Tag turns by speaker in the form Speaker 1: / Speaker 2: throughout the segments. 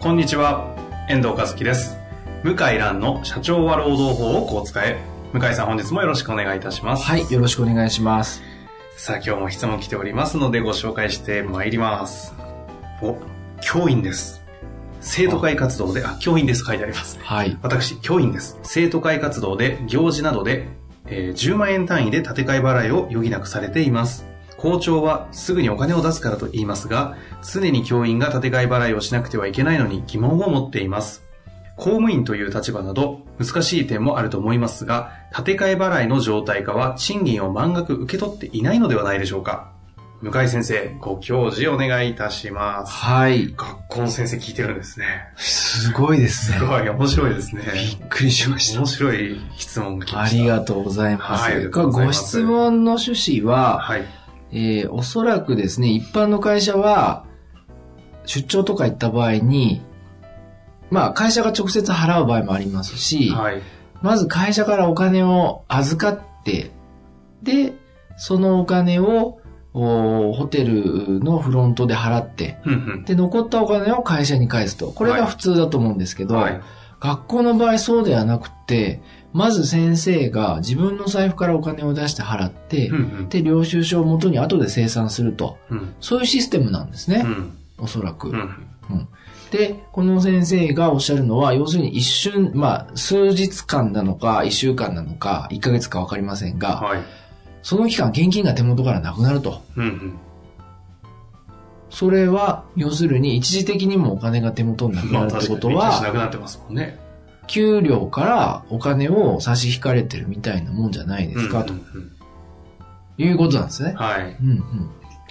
Speaker 1: こんにちは、遠藤和樹です。向井蘭の社長は労働法をこう使え。向井さん本日もよろしくお願いいたします。
Speaker 2: はい、よろしくお願いします。
Speaker 1: さあ今日も質問来ておりますのでご紹介してまいります。お、教員です。生徒会活動で、あ、教員です書いてありますね。
Speaker 2: はい。
Speaker 1: 私、教員です。生徒会活動で、行事などで、えー10万円単位で建て替え払いを余儀なくされています。校長はすぐにお金を出すからと言いますが、常に教員が建て替え払いをしなくてはいけないのに疑問を持っています。公務員という立場など難しい点もあると思いますが、建て替え払いの状態化は賃金を満額受け取っていないのではないでしょうか。向井先生、ご教示お願いいたします。
Speaker 2: はい。
Speaker 1: 学校の先生聞いてるんですね。
Speaker 2: すごいですね
Speaker 1: す。ごい、面白いです ね。
Speaker 2: びっくりしました。
Speaker 1: 面白い質問が来ま
Speaker 2: あ
Speaker 1: した。
Speaker 2: りがとうございます。
Speaker 1: はいありがとうございます
Speaker 2: ご質問の趣旨は、
Speaker 1: はい。
Speaker 2: えーおそらくですね、一般の会社は、出張とか行った場合に、まあ、会社が直接払う場合もありますし、
Speaker 1: はい。
Speaker 2: まず会社からお金を預かって、で、そのお金を、おホテルのフロントで払って、
Speaker 1: ふんふん。
Speaker 2: で、残ったお金を会社に返すと。これが普通だと思うんですけど、
Speaker 1: はい。
Speaker 2: 学校の場合そうではなくて、まず先生が自分の財布からお金を出して払って、
Speaker 1: ふんふん。
Speaker 2: で、領収書を元に後で清算すると。
Speaker 1: うん。
Speaker 2: そういうシステムなんですね
Speaker 1: う、ん。
Speaker 2: おそらく。
Speaker 1: うん。
Speaker 2: で、この先生がおっしゃるのは、要するに一瞬、まあ、数日間なのか、一週間なのか、一ヶ月かわかりませんが、
Speaker 1: はい。
Speaker 2: その期間現金が手元からなくなると。
Speaker 1: うんうん。
Speaker 2: それは、要するに一時的にもお金が手元になく
Speaker 1: ま
Speaker 2: な
Speaker 1: あ
Speaker 2: るって
Speaker 1: 確か
Speaker 2: こと
Speaker 1: に、
Speaker 2: は、
Speaker 1: しなくなってますもんね。
Speaker 2: 給料からお金を差し引かれてるみたいなもんじゃないですか、
Speaker 1: うんう
Speaker 2: と
Speaker 1: んうん
Speaker 2: いうことなんですね。
Speaker 1: はい。
Speaker 2: うんうん。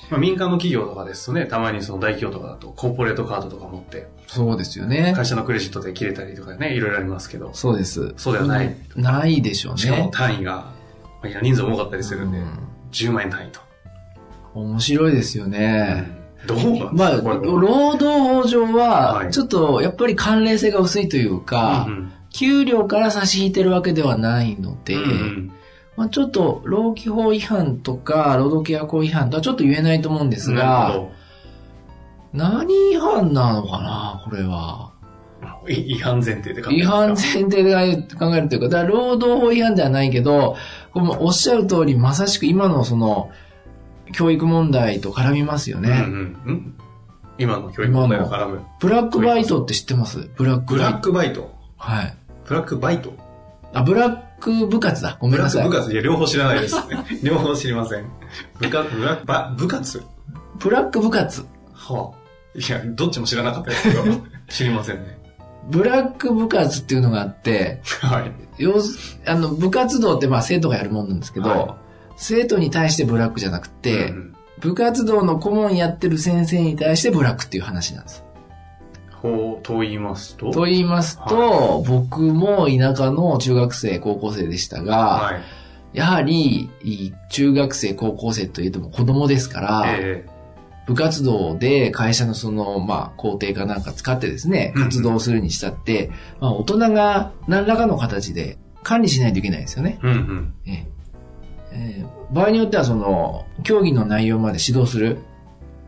Speaker 1: まあ民間の企業とかですとね、たまにその大企業とかだとコーポレートカードとか持って、
Speaker 2: そうですよね。
Speaker 1: 会社のクレジットで切れたりとかね、いろいろありますけど、
Speaker 2: そうです。
Speaker 1: そうではない。
Speaker 2: ないでしょうね。
Speaker 1: しかも単位が、まあいや人数多かったりするんで
Speaker 2: う、
Speaker 1: 10万円単位と。
Speaker 2: 面白いですよね。
Speaker 1: どうなん
Speaker 2: まあ、
Speaker 1: ですかこれ
Speaker 2: 労働法上
Speaker 1: は
Speaker 2: は、
Speaker 1: い
Speaker 2: ちょっとやっぱり関連性が薄いというか、
Speaker 1: うんうん
Speaker 2: 給料から差し引いてるわけではないので、
Speaker 1: うんうん
Speaker 2: まあ、ちょっと労基法違反とか、労働契約法違反とはちょっと言えないと思うんです
Speaker 1: な
Speaker 2: が、
Speaker 1: る
Speaker 2: 何違反なのかな、これは。
Speaker 1: ほどい違反前提で考え
Speaker 2: 違
Speaker 1: ますか
Speaker 2: 反前提で考えるというか、だから労働法違反ではないけど、これもおっしゃる通り、まさしく今のその、教育問題と絡みますよね。
Speaker 1: うんうんうん、今の教育問題が絡む。
Speaker 2: ブラックバイトって知ってますブラック
Speaker 1: ブ
Speaker 2: バイ
Speaker 1: ラッ。
Speaker 2: ト
Speaker 1: クバイト。
Speaker 2: はい。
Speaker 1: ブラックバイト。
Speaker 2: あ、ブラック部活だ。ごめ
Speaker 1: ブ
Speaker 2: ん
Speaker 1: ラッ
Speaker 2: な
Speaker 1: ク
Speaker 2: さい。
Speaker 1: 部
Speaker 2: ブ
Speaker 1: 活。いや、両方知ら ないですね。両方知りません。部活、ブラック、ば部活
Speaker 2: ラック部活。
Speaker 1: はあ、いや、どっちも知らなかったですけ ど、知りませんね。
Speaker 2: ブラック部活っていうのがあって、
Speaker 1: はい。
Speaker 2: 要す、あの、部活動ってまあ生徒がやるもんなんですけど、
Speaker 1: は
Speaker 2: 生徒に対してブラックじゃなくて、
Speaker 1: うん
Speaker 2: 部活動の顧問やってる先生に対してブラックっていう話なんです。
Speaker 1: ほう、と言いますと。
Speaker 2: と言いますと、僕も田舎の中学生、高校生でしたが、
Speaker 1: はい。
Speaker 2: やはり、い中学生、高校生といえども子供ですから、
Speaker 1: え
Speaker 2: 部活動で会社のその、まあ、校庭かなんか使ってですね、
Speaker 1: うんうん
Speaker 2: 活動するにしたって、まあ、大人が何らかの形で管理しないといけないですよね。
Speaker 1: えうんうん。
Speaker 2: ええええ場合によっては、その、競技の内容まで指導する、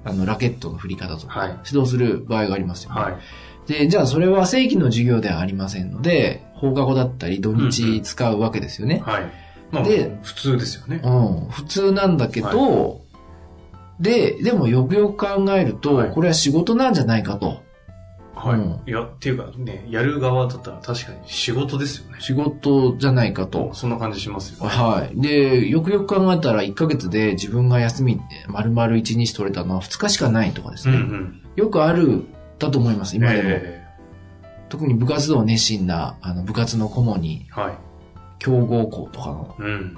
Speaker 2: あの、ラケットの振り方とか、
Speaker 1: はい。
Speaker 2: 指導する場合がありますよね。
Speaker 1: はい。
Speaker 2: で、じゃあそれは正規の授業ではありませんので、放課後だったり土日使うわけですよね。
Speaker 1: はい。まあ、
Speaker 2: で
Speaker 1: 普通ですよね。
Speaker 2: うん、普通なんだけど、で、でもよくよく考えると、
Speaker 1: はい
Speaker 2: これは仕事なんじゃないかと。
Speaker 1: はい。
Speaker 2: うん
Speaker 1: いや、っていうかね、やる側だったら確かに仕事ですよね。
Speaker 2: 仕事じゃないかと。
Speaker 1: そんな感じしますよね。
Speaker 2: はい。で、よくよく考えたら1ヶ月で自分が休み、丸々1日取れたのは2日しかないとかです
Speaker 1: うんう
Speaker 2: ね。
Speaker 1: ん。
Speaker 2: よくある、だと思います、今でも。
Speaker 1: え
Speaker 2: 特に部活動熱心な、あの、部活の顧問に、
Speaker 1: えはい。
Speaker 2: 強豪校とかの
Speaker 1: うん。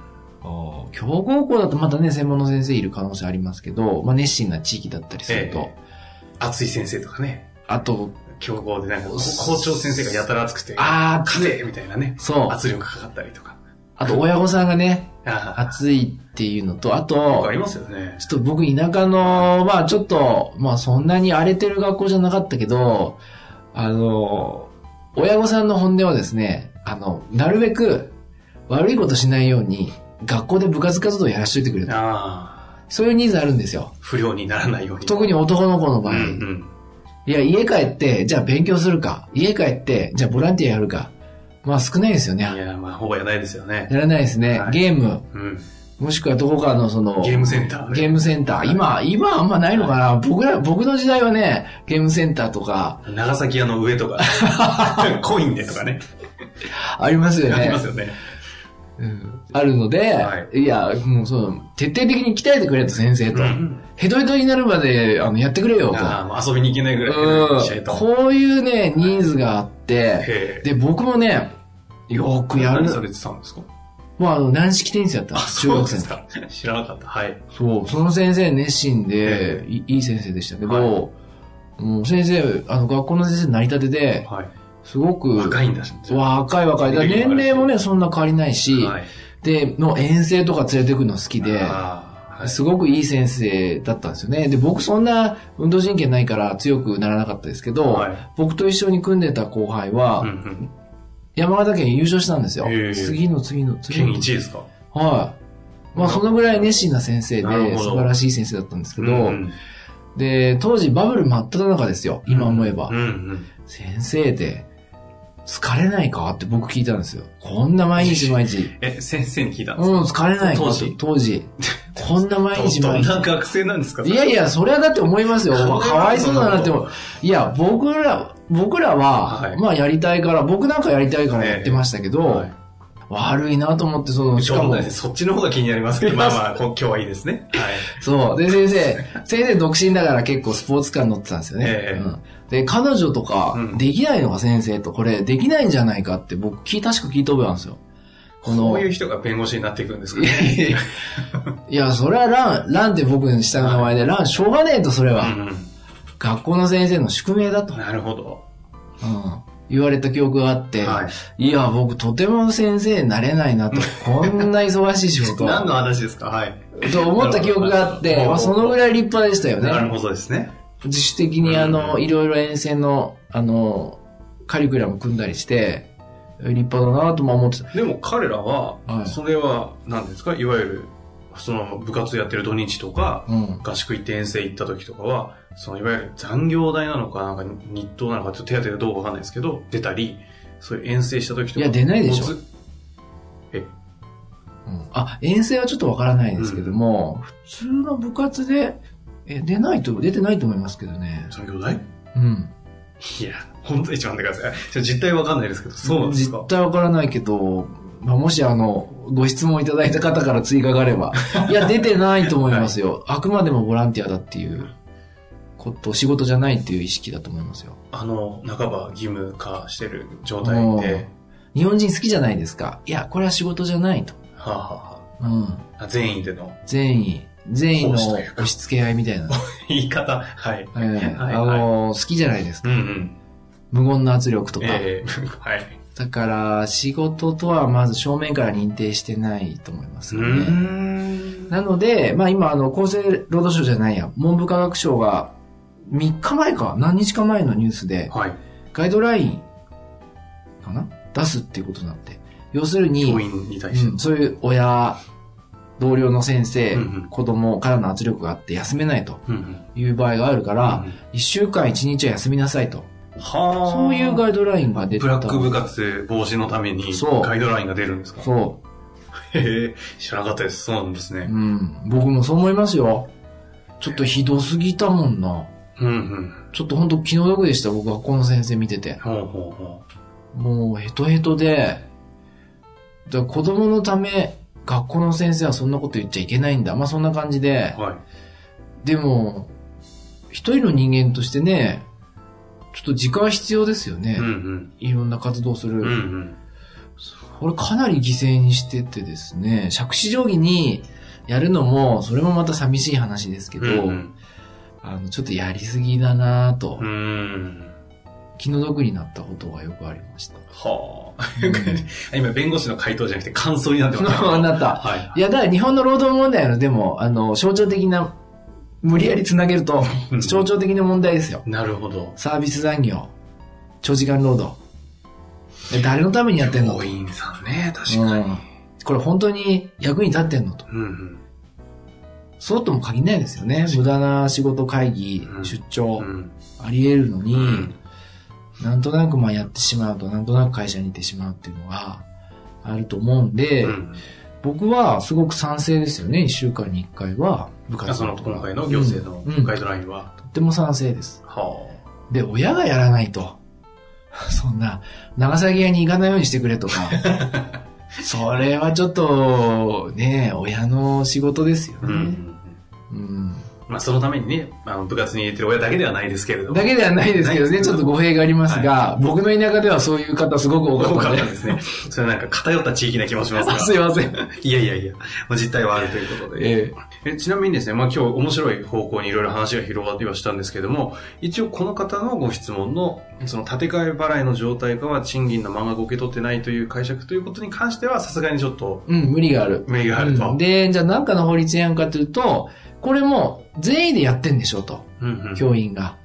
Speaker 2: 強豪校だとまたね、専門の先生いる可能性ありますけど、まあ、熱心な地域だったりすると、
Speaker 1: 熱い先生とかね、
Speaker 2: あと、
Speaker 1: 強豪でなんか、こ校長先生がやたら熱くて、
Speaker 2: あー、
Speaker 1: 勝てみたいなね、
Speaker 2: そう。
Speaker 1: 圧力かかったりとか。
Speaker 2: あと、親御さんがね、
Speaker 1: あ
Speaker 2: 暑いっていうのと、あ
Speaker 1: あ、
Speaker 2: と
Speaker 1: あ、りますよね。
Speaker 2: ちょっと僕田舎の、まあちょっと、まあそんなに荒れてる学校じゃなかったけど、あの、親御さんの本音はですね、あの、なるべく悪いことしないように、学校で部活活動やらしといてくれと。
Speaker 1: ああ、
Speaker 2: そういうニーズあるんですよ。
Speaker 1: 不良にならないように。
Speaker 2: 特に男の子の場
Speaker 1: う
Speaker 2: 合。
Speaker 1: んうん。
Speaker 2: いや、家帰って、じゃあ勉強するか。家帰って、じゃあボランティアやるか。まあ少ないですよ
Speaker 1: い
Speaker 2: ね。
Speaker 1: や、まあ、ほぼやないですよね。
Speaker 2: やらないですね。
Speaker 1: はい
Speaker 2: ゲーム、
Speaker 1: うん。
Speaker 2: もしくはどこかのその、
Speaker 1: ゲームセンター
Speaker 2: ゲームセンター。今、今あんまないのかな僕ら、僕の時代はね、ゲームセンターとか、
Speaker 1: 長崎屋の上とか、 コインでとかね、
Speaker 2: ありますよね。
Speaker 1: ありますよね。
Speaker 2: うんあるので、、
Speaker 1: はい
Speaker 2: や、もうそう、徹底的に鍛えてくれと、先生と。
Speaker 1: うん。
Speaker 2: ヘトヘトになるまで、あの、やってくれよ、と。
Speaker 1: ああ、もう遊びに行けないぐらい
Speaker 2: うん
Speaker 1: の試合と。
Speaker 2: こういうね、ニーズがあって、
Speaker 1: へえ。
Speaker 2: で、僕もね、よくやる
Speaker 1: 何。されてたんですか
Speaker 2: もうあの、軟式テニスやった。中
Speaker 1: そう
Speaker 2: 学
Speaker 1: で
Speaker 2: 生の
Speaker 1: すか。知らなかった。はい。
Speaker 2: そう、その先生熱心で
Speaker 1: え、
Speaker 2: いいい先生でしたけど、
Speaker 1: はい
Speaker 2: もう先生、あの、学校の先生成り立てで、
Speaker 1: はい。
Speaker 2: すごく、
Speaker 1: 若いんだし。
Speaker 2: 若い若い。だから年齢もね、そんな変わりないし、
Speaker 1: はい。
Speaker 2: で、の遠征とか連れてくの好きで、
Speaker 1: ああはい
Speaker 2: すごくいい先生だったんですよね。で、僕そんな運動神経ないから強くならなかったですけど、
Speaker 1: はい
Speaker 2: 僕と一緒に組んでた後輩は、
Speaker 1: うんうん。
Speaker 2: 山形県優勝したんですよ。
Speaker 1: へえ
Speaker 2: 次の次の次
Speaker 1: 県
Speaker 2: の。
Speaker 1: 1位ですか
Speaker 2: はい。まあ、そのぐらい熱心な先生
Speaker 1: なる
Speaker 2: で、
Speaker 1: ほど
Speaker 2: 素晴らしい先生だったんですけど、
Speaker 1: うん
Speaker 2: で、当時バブル真っ只中ですよ。今思えば。
Speaker 1: うんうん。
Speaker 2: 先生って、疲れないかって僕聞いたんですよ。こんな毎日毎日。
Speaker 1: え、先生に聞いたんです
Speaker 2: うん、疲れないか
Speaker 1: 当時
Speaker 2: 当時。こんな毎日
Speaker 1: かど
Speaker 2: 毎
Speaker 1: ん
Speaker 2: 日。
Speaker 1: な学生なんですか
Speaker 2: いやいや、それはだって思いま すよ。かわいそうだなって思う。いや、僕ら、僕らは、
Speaker 1: はい
Speaker 2: まあやりたいから、僕なんかやりたいからやってましたけど、
Speaker 1: はい
Speaker 2: 悪いなと思って、その、し
Speaker 1: し
Speaker 2: か
Speaker 1: か
Speaker 2: も
Speaker 1: も、、そっちの方が気になりますけ ど、まあまあ、こ今日はいいですね。はい。
Speaker 2: そう。で、先 生、先生独身だから結構スポーツカーに乗ってたんですよね。
Speaker 1: ええ
Speaker 2: うんで、彼女とか
Speaker 1: う、ん
Speaker 2: できないのか先生と、これ、できないんじゃないかって僕、聞い確か聞いた覚えなんですよ。この、
Speaker 1: こういう人が弁護士になっていくんですか
Speaker 2: いやいやいやいや、それはラン、ランって僕の下の名前で、ラン、しょうがねえと、それは、
Speaker 1: うんう
Speaker 2: 学校の先生の宿命だと、
Speaker 1: ん。なるほど。
Speaker 2: うん言われた記憶があって、
Speaker 1: はい。
Speaker 2: い、や、僕、とても先生になれないな と、こんな忙しい仕事。
Speaker 1: 何の話ですかはい。
Speaker 2: と思った記憶があ っ
Speaker 1: なる
Speaker 2: て、
Speaker 1: ほど
Speaker 2: まあ、そのぐらい立派でしたよね。
Speaker 1: なるほどですね。
Speaker 2: 自主的にあ
Speaker 1: う
Speaker 2: の、
Speaker 1: ん
Speaker 2: いろいろ沿線の、あの、カリキュラム組んだりして、立派だなとも思ってた。
Speaker 1: でも彼らは、
Speaker 2: はい
Speaker 1: それは何ですかいわゆる、その部活やってる土日とか、
Speaker 2: うん。
Speaker 1: 合宿行って遠征行った時とかは、そのいわゆる残業代なのか、なんか日当なのか、ちょっと手当てがどうかわかんないですけど、出たり、そういう遠征した時とか。
Speaker 2: いや出ないでしょ
Speaker 1: もうず
Speaker 2: うんあ、遠征はちょっとわからないですけども、普通の部活で、え、出ないと、出てないと思いますけどね。
Speaker 1: 残業代
Speaker 2: うん。
Speaker 1: いや、本当に一番でください。ちょ実態わかんないですけど、そうなんですか
Speaker 2: 実態わからないけど、まあ、もしあの、ご質問いただいた方から追加があれ ば。いや、出てないと思いますよ。あくまでもボランティアだっていうこと、仕事じゃないっていう意識だと思いますよ。
Speaker 1: あの、半ば義務化してる状態で、
Speaker 2: 日本人好きじゃないですか。いや、これは仕事じゃないと。
Speaker 1: はあ、は
Speaker 2: うん。
Speaker 1: あはあ、善意での
Speaker 2: 善意。善意の
Speaker 1: 奉仕というか
Speaker 2: 押し付け合い みたいな。
Speaker 1: 言い方。はい。
Speaker 2: ええ
Speaker 1: はい
Speaker 2: あの、好きじゃないです
Speaker 1: う
Speaker 2: か。
Speaker 1: んうん。
Speaker 2: 無言の圧力とか。
Speaker 1: ええ はい。
Speaker 2: だから、仕事とはまず正面から認定してないと思います
Speaker 1: う
Speaker 2: よ
Speaker 1: ー
Speaker 2: ね。
Speaker 1: ん。
Speaker 2: なので、まあ今、あの、厚生労働省じゃないや、文部科学省が3日前か、何日か前のニュースで、
Speaker 1: はい。
Speaker 2: ガイドラインかな出すっていうことになって。要するに、
Speaker 1: 教員に対して。
Speaker 2: うんそういう親、同僚の先生、
Speaker 1: うんうん
Speaker 2: 子供からの圧力があって休めないと
Speaker 1: うんうん。
Speaker 2: いう場合があるから、
Speaker 1: うん
Speaker 2: 一1週間1日は休みなさいと。
Speaker 1: はあ。
Speaker 2: そういうガイドラインが出て
Speaker 1: ブ
Speaker 2: た。
Speaker 1: ラック部活防止のために
Speaker 2: そう
Speaker 1: ガイドラインが出るんですか
Speaker 2: そ
Speaker 1: へえ、知らなかったです。そうなんです
Speaker 2: う。
Speaker 1: ね
Speaker 2: う。ん。僕もそう思いますよ。ちょっとひどすぎたもんな。
Speaker 1: うんうん。
Speaker 2: ちょっとほんと気の毒でした、僕学校の先生見てて。
Speaker 1: ほうほうほ
Speaker 2: もうヘトヘトで、だから子供のため、学校の先生はそんなこと言っちゃいけないんだ。まあそんな感じで
Speaker 1: う。、はい。
Speaker 2: でも、一人の人間としてね、ちょっと時間は必要ですよね。
Speaker 1: うんうん。
Speaker 2: いろんな活動する。
Speaker 1: うんうん。
Speaker 2: これかなり犠牲にしててですね、杓子定規にやるのも、それもまた寂しい話ですけど、
Speaker 1: うんうん
Speaker 2: あの、ちょっとやりすぎだなぁと
Speaker 1: う、ん。
Speaker 2: 気の毒になったことがよくありま した。
Speaker 1: はあ。今、弁護士の回答じゃなくて感想になってます。
Speaker 2: あなた。
Speaker 1: はい。
Speaker 2: いや、だから日本の労働問題の、でも、あの、象徴的な、無理やりつなげると、
Speaker 1: うん
Speaker 2: 象徴的な問題ですよ。
Speaker 1: なるほど。
Speaker 2: サービス残業、長時間労働。え誰のためにやってんの
Speaker 1: 教
Speaker 2: と
Speaker 1: 員さんね、確か
Speaker 2: う
Speaker 1: に
Speaker 2: ん。これ本当に役に立ってんのと。
Speaker 1: うんうん。
Speaker 2: そうとも限らないですよね。無駄な仕事会議、
Speaker 1: うん
Speaker 2: 出張、
Speaker 1: うん
Speaker 2: あり得るのに、
Speaker 1: うん
Speaker 2: なんとなくまあやってしまうと、なんとなく会社に行ってしまうっていうのがあると思うんで、
Speaker 1: うん
Speaker 2: 僕はすごく賛成ですよね。1週間に1回は部
Speaker 1: あ
Speaker 2: 活
Speaker 1: その
Speaker 2: 動とか
Speaker 1: 今回の行政の
Speaker 2: うんうん
Speaker 1: ガイドラインは。
Speaker 2: とっても賛成です。
Speaker 1: は
Speaker 2: で、親がやらないと。 そんな、長崎屋に行かないようにしてくれ とか。それはちょっと、ね、親の仕事ですよ
Speaker 1: あ。う
Speaker 2: ね。
Speaker 1: ん。
Speaker 2: うん
Speaker 1: まあ、そのためにね、あの部活に入れてる親だけではないですけれども。
Speaker 2: だけではないですけど
Speaker 1: ない
Speaker 2: ね、
Speaker 1: です
Speaker 2: ちょっと語弊がありますが、僕の田舎ではそういう方すごく多
Speaker 1: 多
Speaker 2: か
Speaker 1: か
Speaker 2: っ
Speaker 1: ったた
Speaker 2: ね。
Speaker 1: ですね。それなんか偏った地域な気もします
Speaker 2: あすい
Speaker 1: が。
Speaker 2: ません。
Speaker 1: いやいやいや、まあ、実態はあるということで。
Speaker 2: ええ
Speaker 1: えちなみにですね、まあ、今日面白い方向にいろいろ話が広がってはしたんですけども、一応この方のご質問の、その建て替え払いの状態かは賃金の満額を受け取ってないという解釈ということに関しては、さすがにちょっと
Speaker 2: うん、無理がある。
Speaker 1: 無理があると。
Speaker 2: うんで、じゃあ何かの法律違反かというと、これも善意でやってんでしょうと、
Speaker 1: うんうん
Speaker 2: 教員が。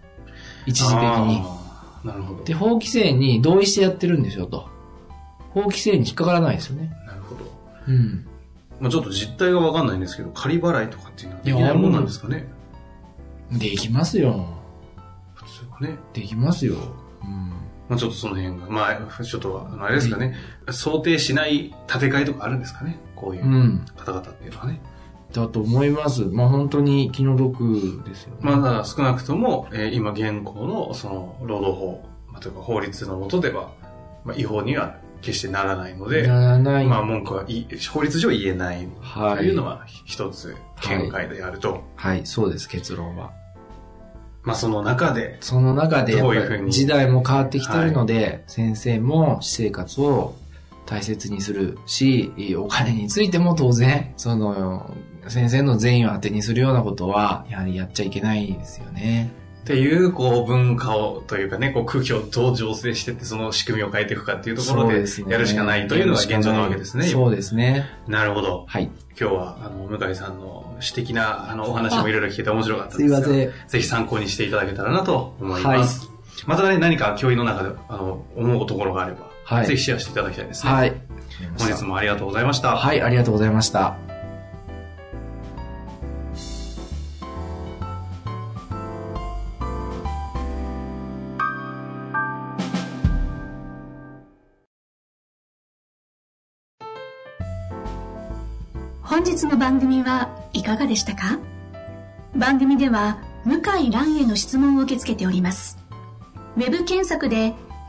Speaker 2: 一時的に。
Speaker 1: あーなるほど。
Speaker 2: で、法規制に同意してやってるんでしょうと。法規制に引っかからないですよね。
Speaker 1: なるほど。
Speaker 2: うん。
Speaker 1: まあちょっと実態がわかんないんですけど、仮払いとかっていうのはできないもんなんですかね。
Speaker 2: できますよ。
Speaker 1: 普通はね。
Speaker 2: できますよ。うん。。
Speaker 1: まあちょっとその辺が、まあちょっとは、あのあれですかね、想定しない建て替えとかあるんですかね。こういううん方々っていうのはね。
Speaker 2: だと思います。まあ本当に気の毒ですよね。
Speaker 1: まあだから少なくとも、えー今現行のその労働法、まあ、というか法律の下では、まあ違法には決してならないので、
Speaker 2: ならない。
Speaker 1: まあ文句はい法律上言えない
Speaker 2: は
Speaker 1: と
Speaker 2: い。
Speaker 1: いうのは一つ見解であると。
Speaker 2: はい、そうです、結論は。
Speaker 1: まあその中で、
Speaker 2: その中で、やっぱ
Speaker 1: どういうふう
Speaker 2: り
Speaker 1: に
Speaker 2: 時代も変わってきてるので、先生も私生活を大切にするし、お金についても当然、その、先生の善意を当てにするようなことは、やはりやっちゃいけないですよね。
Speaker 1: っていう、こう、文化を、というかね、こう、空気をどう醸成してって、その仕組みを変えていくかっていうところで、やるしかないというのが現状なわけですね。
Speaker 2: そうですね。
Speaker 1: なるほど。
Speaker 2: はい。
Speaker 1: 今日は、あの、向井さんの私的な、あの、お話もいろいろ聞けて面白かった
Speaker 2: す
Speaker 1: で
Speaker 2: い
Speaker 1: すが、
Speaker 2: ません。
Speaker 1: ぜひ参考にしていただけたらなと思います。またね、何か教員の中で、あの、思うところがあれば、
Speaker 2: はい
Speaker 1: ぜひシェアしていただきたいですね。
Speaker 2: はい。
Speaker 1: 本日もありがとうございました。
Speaker 2: はい、ありがとうございました。
Speaker 3: 本日の番組はいかがでしたか番組では向井蘭への質問を受け付けておりますウェブ検索で「